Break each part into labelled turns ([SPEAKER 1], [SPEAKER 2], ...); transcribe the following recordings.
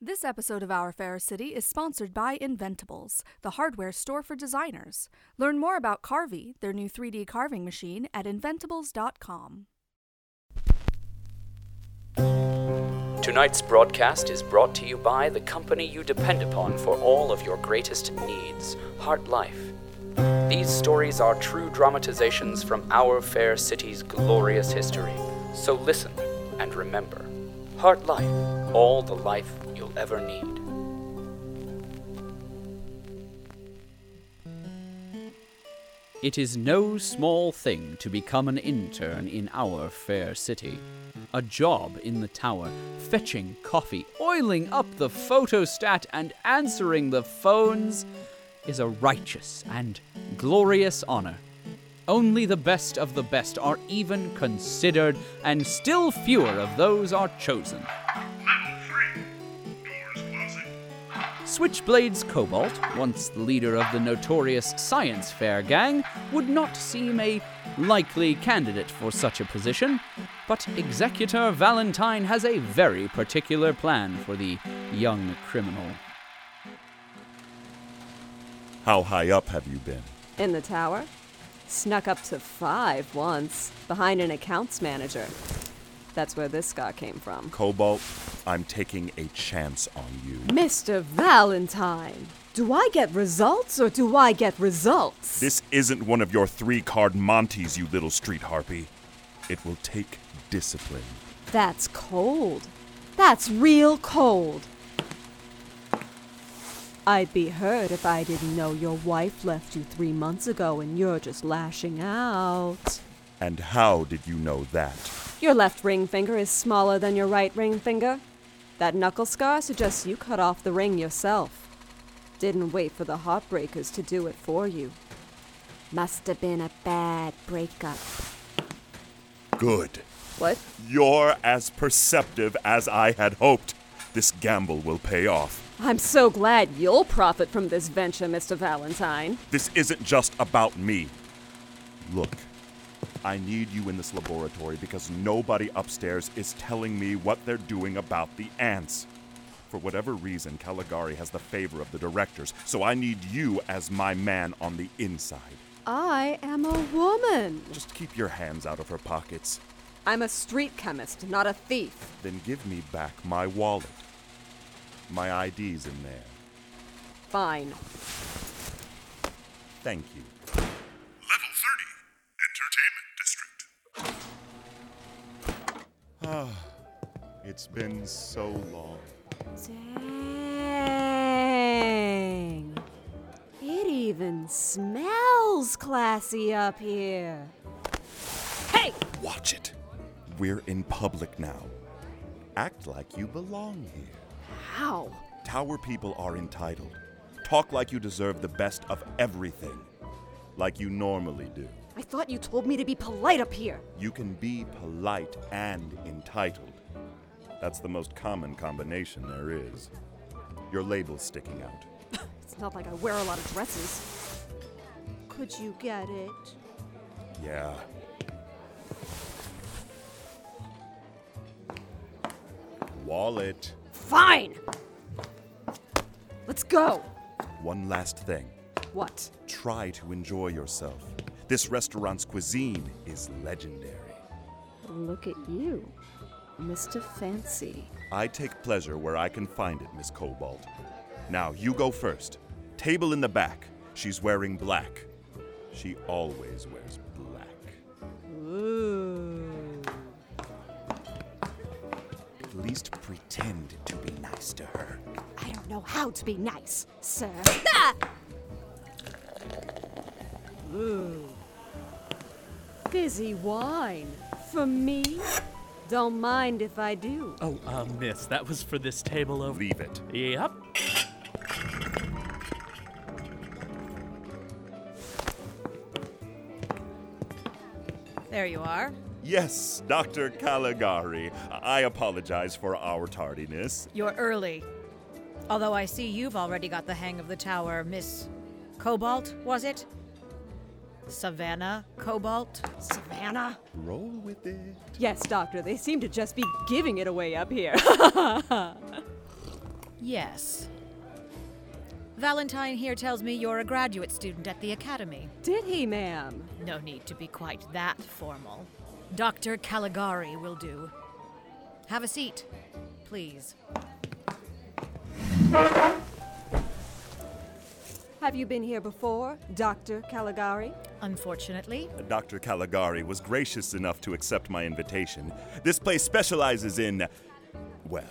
[SPEAKER 1] This episode of Our Fair City is sponsored by Inventables, the hardware store for designers. Learn more about Carvey, their new 3D carving machine, at inventables.com.
[SPEAKER 2] Tonight's broadcast is brought to you by the company you depend upon for all of your greatest needs, Heart Life. These stories are true dramatizations from our fair city's glorious history. So listen and remember Heart Life, all the life you'll ever need. It is no small thing to become an intern in our fair city. A job in the tower, fetching coffee, oiling up the photostat, and answering the phones is a righteous and glorious honor. Only the best of the best are even considered, and still fewer of those are chosen.
[SPEAKER 3] Level 3. Doors closing.
[SPEAKER 2] Switchblade's Cobalt, once the leader of the notorious Science Fair gang, would not seem a likely candidate for such a position, but Executor Valentine has a very particular plan for the young criminal.
[SPEAKER 4] How high up have you been?
[SPEAKER 5] In the tower? Snuck up to five once, behind an accounts manager. That's where this scar came from.
[SPEAKER 4] Cobalt, I'm taking a chance on you.
[SPEAKER 5] Mr. Valentine! Do I get results or do I get results?
[SPEAKER 4] This isn't one of your three card Montes, you little street harpy. It will take discipline.
[SPEAKER 5] That's cold. That's real cold. I'd be hurt if I didn't know your wife left you three months ago and you're just lashing out.
[SPEAKER 4] And how did you know that?
[SPEAKER 5] Your left ring finger is smaller than your right ring finger. That knuckle scar suggests you cut off the ring yourself. Didn't wait for the heartbreakers to do it for you. Must have been a bad breakup.
[SPEAKER 4] Good.
[SPEAKER 5] What?
[SPEAKER 4] You're as perceptive as I had hoped. This gamble will pay off.
[SPEAKER 5] I'm so glad you'll profit from this venture, Mr. Valentine.
[SPEAKER 4] This isn't just about me. Look, I need you in this laboratory because nobody upstairs is telling me what they're doing about the ants. For whatever reason, Caligari has the favor of the directors, so I need you as my man on the inside.
[SPEAKER 5] I am a woman.
[SPEAKER 4] Just keep your hands out of her pockets.
[SPEAKER 5] I'm a street chemist, not a thief.
[SPEAKER 4] Then give me back my wallet. My ID's in there.
[SPEAKER 5] Fine.
[SPEAKER 4] Thank you.
[SPEAKER 3] Level 30. Entertainment District.
[SPEAKER 4] Ah, It's been so long.
[SPEAKER 5] Dang. It even smells classy up here. Hey!
[SPEAKER 4] Watch it. We're in public now. Act like you belong here.
[SPEAKER 5] How?
[SPEAKER 4] Tower people are entitled. Talk like you deserve the best of everything, like you normally do.
[SPEAKER 5] I thought you told me to be polite up here.
[SPEAKER 4] You can be polite and entitled. That's the most common combination there is. Your label's sticking out.
[SPEAKER 5] It's not like I wear a lot of dresses. Could you get it?
[SPEAKER 4] Yeah. Wallet.
[SPEAKER 5] Fine! Let's go!
[SPEAKER 4] One last thing.
[SPEAKER 5] What?
[SPEAKER 4] Try to enjoy yourself. This restaurant's cuisine is legendary.
[SPEAKER 5] Look at you, Mr. Fancy.
[SPEAKER 4] I take pleasure where I can find it, Miss Cobalt. Now, you go first. Table in the back. She's wearing black. She always wears black.
[SPEAKER 5] Ooh.
[SPEAKER 4] At least pretend to be nice to her.
[SPEAKER 5] I don't know how to be nice, sir. Ooh. Hmm. Fizzy wine. For me? Don't mind if I do.
[SPEAKER 6] Oh, uh, miss, that was for this table over.
[SPEAKER 4] Leave it.
[SPEAKER 6] Yep.
[SPEAKER 7] There you are.
[SPEAKER 4] Yes, Dr. Caligari. I apologize for our tardiness.
[SPEAKER 7] You're early. Although I see you've already got the hang of the tower, Miss Cobalt, was it? Savannah Cobalt?
[SPEAKER 5] Savannah?
[SPEAKER 4] Roll with it.
[SPEAKER 5] Yes, Doctor, they seem to just be giving it away up here.
[SPEAKER 7] Yes. Valentine here tells me you're a graduate student at the Academy.
[SPEAKER 5] Did he, ma'am?
[SPEAKER 7] No need to be quite that formal. Dr. Caligari will do. Have a seat, please.
[SPEAKER 5] Have you been here before, Dr. Caligari?
[SPEAKER 7] Unfortunately,
[SPEAKER 4] Dr. Caligari was gracious enough to accept my invitation. This place specializes in. Well,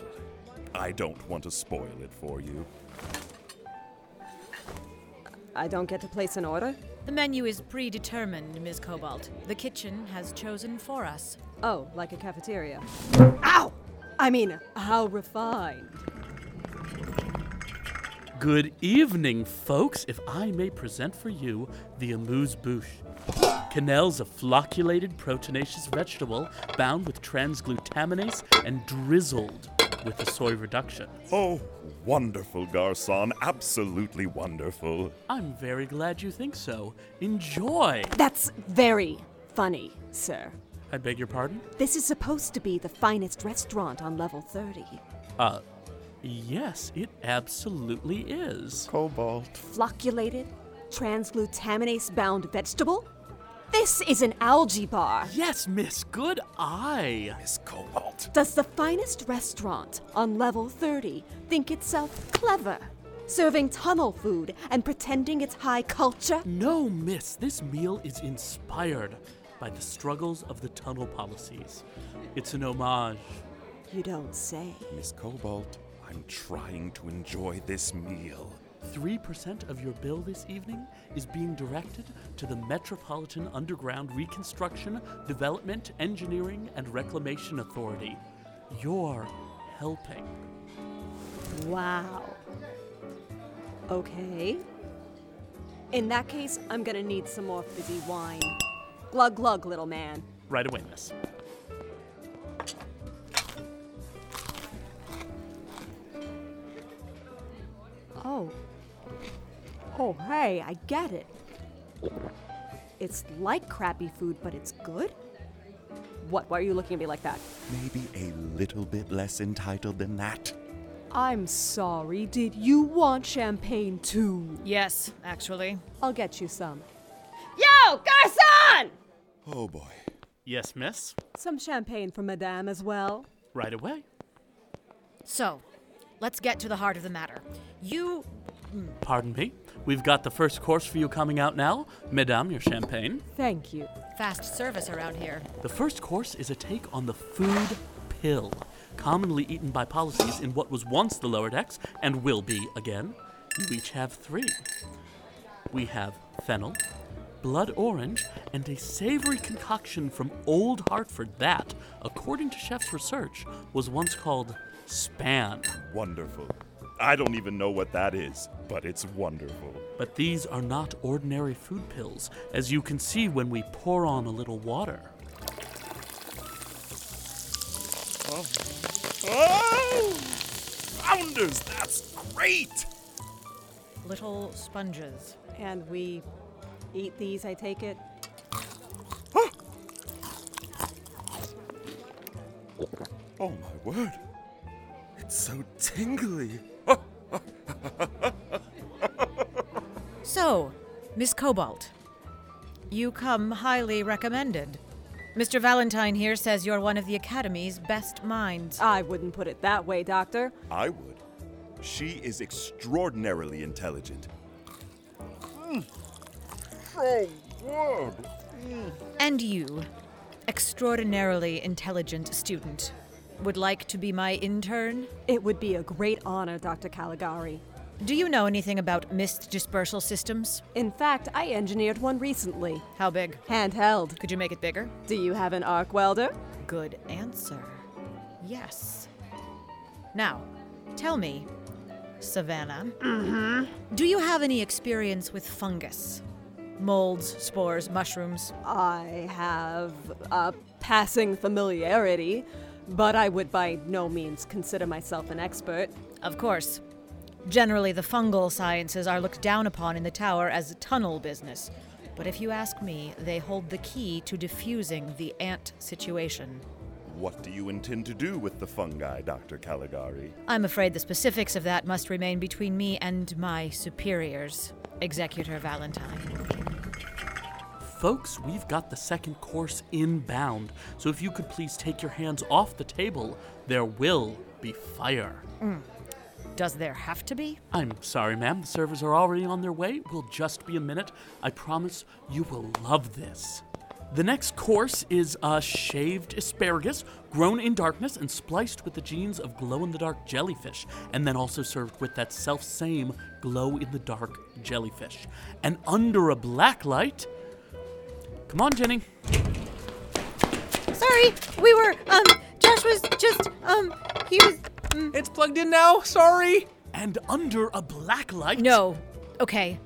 [SPEAKER 4] I don't want to spoil it for you.
[SPEAKER 5] I don't get to place an order?
[SPEAKER 7] the menu is predetermined, Ms. Cobalt. The kitchen has chosen for us.
[SPEAKER 5] Oh, like a cafeteria. Ow! I mean, how refined.
[SPEAKER 6] Good evening, folks. If I may present for you the amuse bouche. Quenel's a flocculated proteinaceous vegetable bound with transglutaminase and drizzled with a soy reduction.
[SPEAKER 4] Oh, wonderful, Garcon. Absolutely wonderful.
[SPEAKER 6] I'm very glad you think so. Enjoy!
[SPEAKER 5] That's very funny, sir.
[SPEAKER 6] I beg your pardon?
[SPEAKER 5] This is supposed to be the finest restaurant on level 30.
[SPEAKER 6] Uh, yes, it absolutely is.
[SPEAKER 4] Cobalt.
[SPEAKER 5] Flocculated, transglutaminase bound vegetable? This is an algae bar.
[SPEAKER 6] Yes, miss, good eye.
[SPEAKER 4] Miss Cobalt.
[SPEAKER 5] Does the finest restaurant on level 30 think itself clever? Serving tunnel food and pretending it's high culture?
[SPEAKER 6] No, miss, this meal is inspired by the struggles of the tunnel policies. It's an homage.
[SPEAKER 5] You don't say.
[SPEAKER 4] Miss Cobalt, I'm trying to enjoy this meal.
[SPEAKER 6] 3% of your bill this evening is being directed to the Metropolitan Underground Reconstruction, Development, Engineering, and Reclamation Authority. You're helping.
[SPEAKER 5] Wow. Okay. In that case, I'm gonna need some more fizzy wine. Glug glug, little man.
[SPEAKER 6] Right away, miss.
[SPEAKER 5] Oh. Oh, hey, I get it. It's like crappy food, but it's good? What? Why are you looking at me like that?
[SPEAKER 4] Maybe a little bit less entitled than that.
[SPEAKER 5] I'm sorry, did you want champagne too?
[SPEAKER 7] Yes, actually.
[SPEAKER 5] I'll get you some.
[SPEAKER 7] Yo, Garson!
[SPEAKER 4] Oh boy.
[SPEAKER 6] Yes, miss.
[SPEAKER 5] Some champagne for Madame as well.
[SPEAKER 6] Right away.
[SPEAKER 7] So, let's get to the heart of the matter. You.
[SPEAKER 6] Pardon me. We've got the first course for you coming out now. Madame, your champagne.
[SPEAKER 5] Thank you.
[SPEAKER 7] Fast service around here.
[SPEAKER 6] The first course is a take on the food pill, commonly eaten by policies in what was once the lower decks and will be again. You each have three. We have fennel, blood orange, and a savory concoction from Old Hartford that, according to chef's research, was once called span.
[SPEAKER 4] Wonderful. I don't even know what that is, but it's wonderful.
[SPEAKER 6] But these are not ordinary food pills, as you can see when we pour on a little water.
[SPEAKER 4] Oh! Founders, that's great!
[SPEAKER 7] Little sponges.
[SPEAKER 5] And we eat these, I take it?
[SPEAKER 4] Oh my word. It's so tingly.
[SPEAKER 7] So, Miss Cobalt, you come highly recommended. Mr. Valentine here says you're one of the Academy's best minds.
[SPEAKER 5] I wouldn't put it that way, Doctor.
[SPEAKER 4] I would. She is extraordinarily intelligent. Hmm.
[SPEAKER 3] So
[SPEAKER 4] Oh,
[SPEAKER 3] good.
[SPEAKER 7] And you, extraordinarily intelligent student, would like to be my intern?
[SPEAKER 5] It would be a great honor, Dr. Caligari.
[SPEAKER 7] Do you know anything about mist dispersal systems?
[SPEAKER 5] In fact, I engineered one recently.
[SPEAKER 7] How big?
[SPEAKER 5] Handheld.
[SPEAKER 7] Could you make it bigger?
[SPEAKER 5] Do you have an arc welder?
[SPEAKER 7] Good answer. Yes. Now, tell me, Savannah, do you have any experience with fungus? Molds, spores, mushrooms?
[SPEAKER 5] I have a passing familiarity, but I would by no means consider myself an expert.
[SPEAKER 7] Of course. Generally, the fungal sciences are looked down upon in the tower as tunnel business. But if you ask me, they hold the key to diffusing the ant situation.
[SPEAKER 4] What do you intend to do with the fungi, Dr. Caligari?
[SPEAKER 7] I'm afraid the specifics of that must remain between me and my superiors, Executor Valentine.
[SPEAKER 6] Folks, we've got the second course inbound, so if you could please take your hands off the table, there will be fire.
[SPEAKER 7] Does there have to be?
[SPEAKER 6] I'm sorry, ma'am, the servers are already on their way. We'll just be a minute. I promise you will love this. The next course is uh, shaved asparagus, grown in darkness and spliced with the genes of glow in the dark jellyfish, and then also served with that self same glow in the dark jellyfish. And under a black light. Come on, Jenny.
[SPEAKER 7] Sorry, we were, um, Josh was just, um, he was. mm.
[SPEAKER 8] It's plugged in now. Sorry.
[SPEAKER 6] And under a black light.
[SPEAKER 7] No. Okay,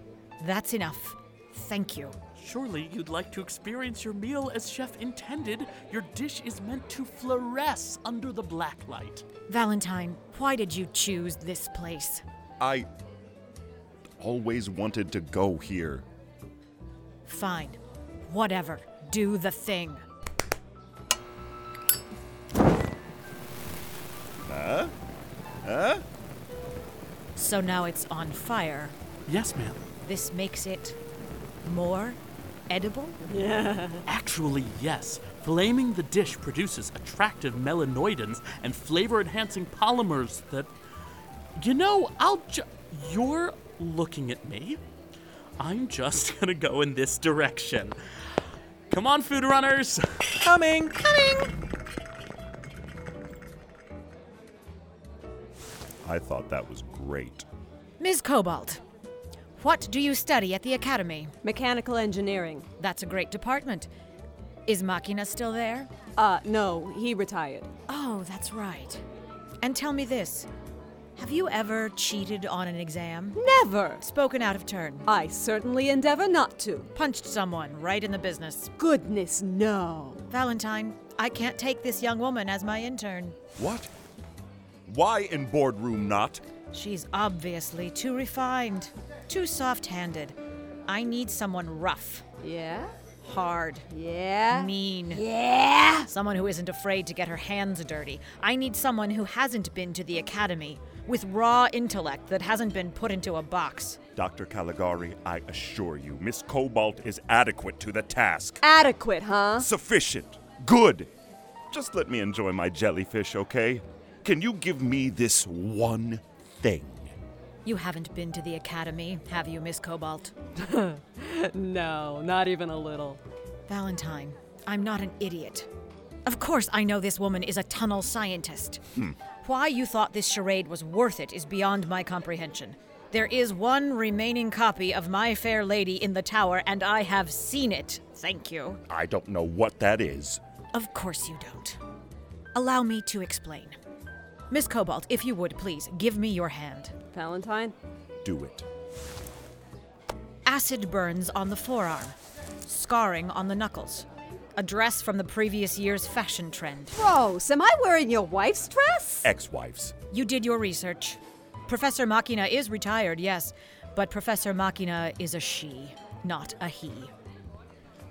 [SPEAKER 7] that's enough. Thank you.
[SPEAKER 6] Surely you'd like to experience your meal as chef intended. Your dish is meant to fluoresce under the black light.
[SPEAKER 7] Valentine, why did you choose this place?
[SPEAKER 4] I always wanted to go here.
[SPEAKER 7] Fine. Whatever. Do the thing.
[SPEAKER 4] Huh? Huh?
[SPEAKER 7] So now it's on fire.
[SPEAKER 6] Yes, ma'am.
[SPEAKER 7] This makes it more edible?
[SPEAKER 6] Actually, yes. Flaming the dish produces attractive melanoidins and flavor enhancing polymers that. You know, I'll ju- You're looking at me. I'm just gonna go in this direction. Come on, food runners!
[SPEAKER 8] Coming. Coming.
[SPEAKER 4] I thought that was great.
[SPEAKER 7] Ms. Cobalt, what do you study at the academy?
[SPEAKER 5] Mechanical engineering.
[SPEAKER 7] That's a great department. Is Machina still there?
[SPEAKER 5] Uh, no, he retired.
[SPEAKER 7] Oh, that's right. And tell me this Have you ever cheated on an exam?
[SPEAKER 5] Never!
[SPEAKER 7] Spoken out of turn?
[SPEAKER 5] I certainly endeavor not to.
[SPEAKER 7] Punched someone right in the business?
[SPEAKER 5] Goodness, no.
[SPEAKER 7] Valentine, I can't take this young woman as my intern.
[SPEAKER 4] What? Why in boardroom not?
[SPEAKER 7] She's obviously too refined, too soft handed. I need someone rough,
[SPEAKER 5] Yeah?
[SPEAKER 7] hard, Uh,
[SPEAKER 5] Yeah?
[SPEAKER 7] mean.
[SPEAKER 5] Yeah!
[SPEAKER 7] Someone who isn't afraid to get her hands dirty. I need someone who hasn't been to the academy, with raw intellect that hasn't been put into a box.
[SPEAKER 4] Dr. Caligari, I assure you, Miss Cobalt is adequate to the task.
[SPEAKER 5] Adequate, huh?
[SPEAKER 4] Sufficient. Good. Just let me enjoy my jellyfish, okay? Can you give me this one thing?
[SPEAKER 7] You haven't been to the academy, have you, Miss Cobalt?
[SPEAKER 5] No, not even a little.
[SPEAKER 7] Valentine, I'm not an idiot. Of course, I know this woman is a tunnel scientist. Why you thought this charade was worth it is beyond my comprehension. There is one remaining copy of My Fair Lady in the tower, and I have seen it. Thank you.
[SPEAKER 4] I don't know what that is.
[SPEAKER 7] Of course you don't. Allow me to explain. Miss Cobalt, if you would, please, give me your hand.
[SPEAKER 5] Valentine?
[SPEAKER 4] Do it.
[SPEAKER 7] Acid burns on the forearm, scarring on the knuckles. A dress from the previous year's fashion trend.
[SPEAKER 5] Gross, am I wearing your wife's dress?
[SPEAKER 4] Ex wives.
[SPEAKER 7] You did your research. Professor Machina is retired, yes, but Professor Machina is a she, not a he.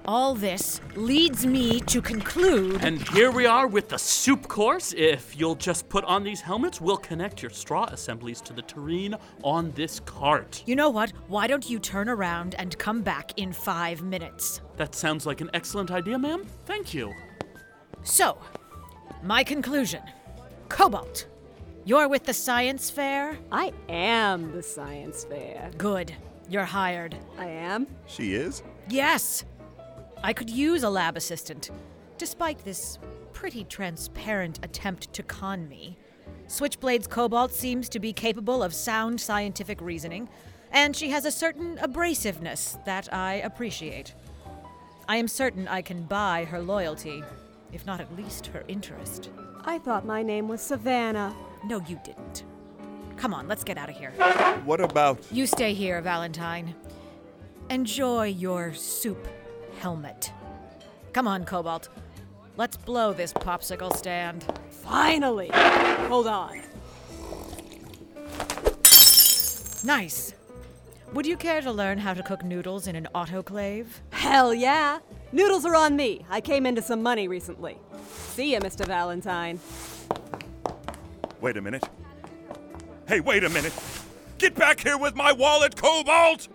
[SPEAKER 7] All this leads me to conclude.
[SPEAKER 6] And here we are with the soup course. If you'll just put on these helmets, we'll connect your straw assemblies to the terrain on this cart.
[SPEAKER 7] You know what? Why don't you turn around and come back in five minutes?
[SPEAKER 6] That sounds like an excellent idea, ma'am. Thank you.
[SPEAKER 7] So, my conclusion Cobalt, you're with the science fair?
[SPEAKER 5] I am the science fair.
[SPEAKER 7] Good. You're hired.
[SPEAKER 5] I am?
[SPEAKER 9] She is?
[SPEAKER 7] Yes! I could use a lab assistant. Despite this pretty transparent attempt to con me, Switchblade's Cobalt seems to be capable of sound scientific reasoning, and she has a certain abrasiveness that I appreciate. I am certain I can buy her loyalty, if not at least her interest.
[SPEAKER 5] I thought my name was Savannah.
[SPEAKER 7] No, you didn't. Come on, let's get out of here.
[SPEAKER 9] What about.
[SPEAKER 7] You stay here, Valentine. Enjoy your soup helmet. Come on, Cobalt. Let's blow this popsicle stand.
[SPEAKER 5] Finally! Hold on.
[SPEAKER 7] Nice. Would you care to learn how to cook noodles in an autoclave?
[SPEAKER 5] Hell yeah! Noodles are on me. I came into some money recently. See ya, Mr. Valentine.
[SPEAKER 10] Wait a minute. Hey, wait a minute! Get back here with my wallet, Cobalt!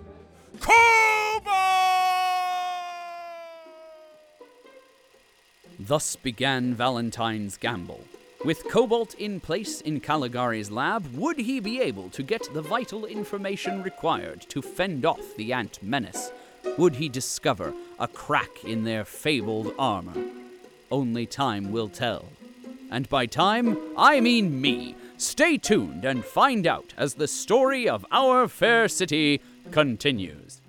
[SPEAKER 2] Thus began Valentine's gamble. With Cobalt in place in Caligari's lab, would he be able to get the vital information required to fend off the ant menace? Would he discover a crack in their fabled armor? Only time will tell. And by time, I mean me. Stay tuned and find out as the story of our fair city continues.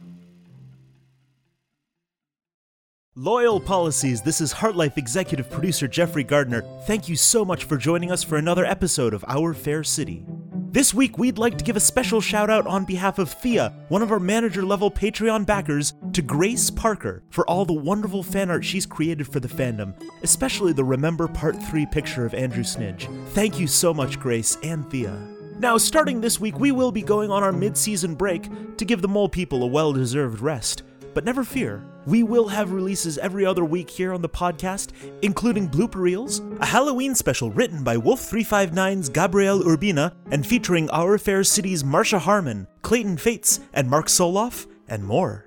[SPEAKER 4] Loyal Policies, this is Heartlife Executive Producer Jeffrey Gardner. Thank you so much for joining us for another episode of Our Fair City. This week, we'd like to give a special shout out on behalf of Thea, one of our manager level Patreon backers, to Grace Parker for all the wonderful fan art she's created for the fandom, especially the Remember Part 3 picture of Andrew Snidge. Thank you so much, Grace and Thea. Now, starting this week, we will be going on our mid season break to give the mole people a well deserved rest. But never fear, we will have releases every other week here on the podcast, including blooper reels, a Halloween special written by Wolf359's Gabriel Urbina and featuring Our Fair City's Marsha Harmon, Clayton Fates, and Mark Soloff, and more.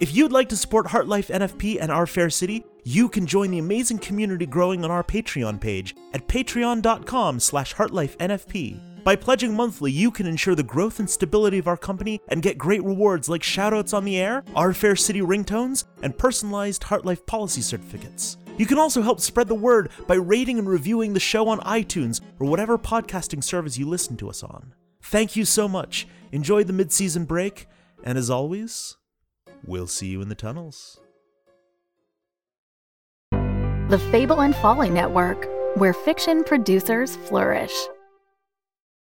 [SPEAKER 4] If you'd like to support Heartlife NFP and Our Fair City, you can join the amazing community growing on our Patreon page at patreon.com slash heartlifenfp. By pledging monthly, you can ensure the growth and stability of our company and get great rewards like shoutouts on the air, our Fair City ringtones, and personalized Heartlife policy certificates. You can also help spread the word by rating and reviewing the show on iTunes or whatever podcasting service you listen to us on. Thank you so much. Enjoy the mid-season break, and as always, we'll see you in the tunnels.
[SPEAKER 11] The Fable and Folly Network, where fiction producers flourish.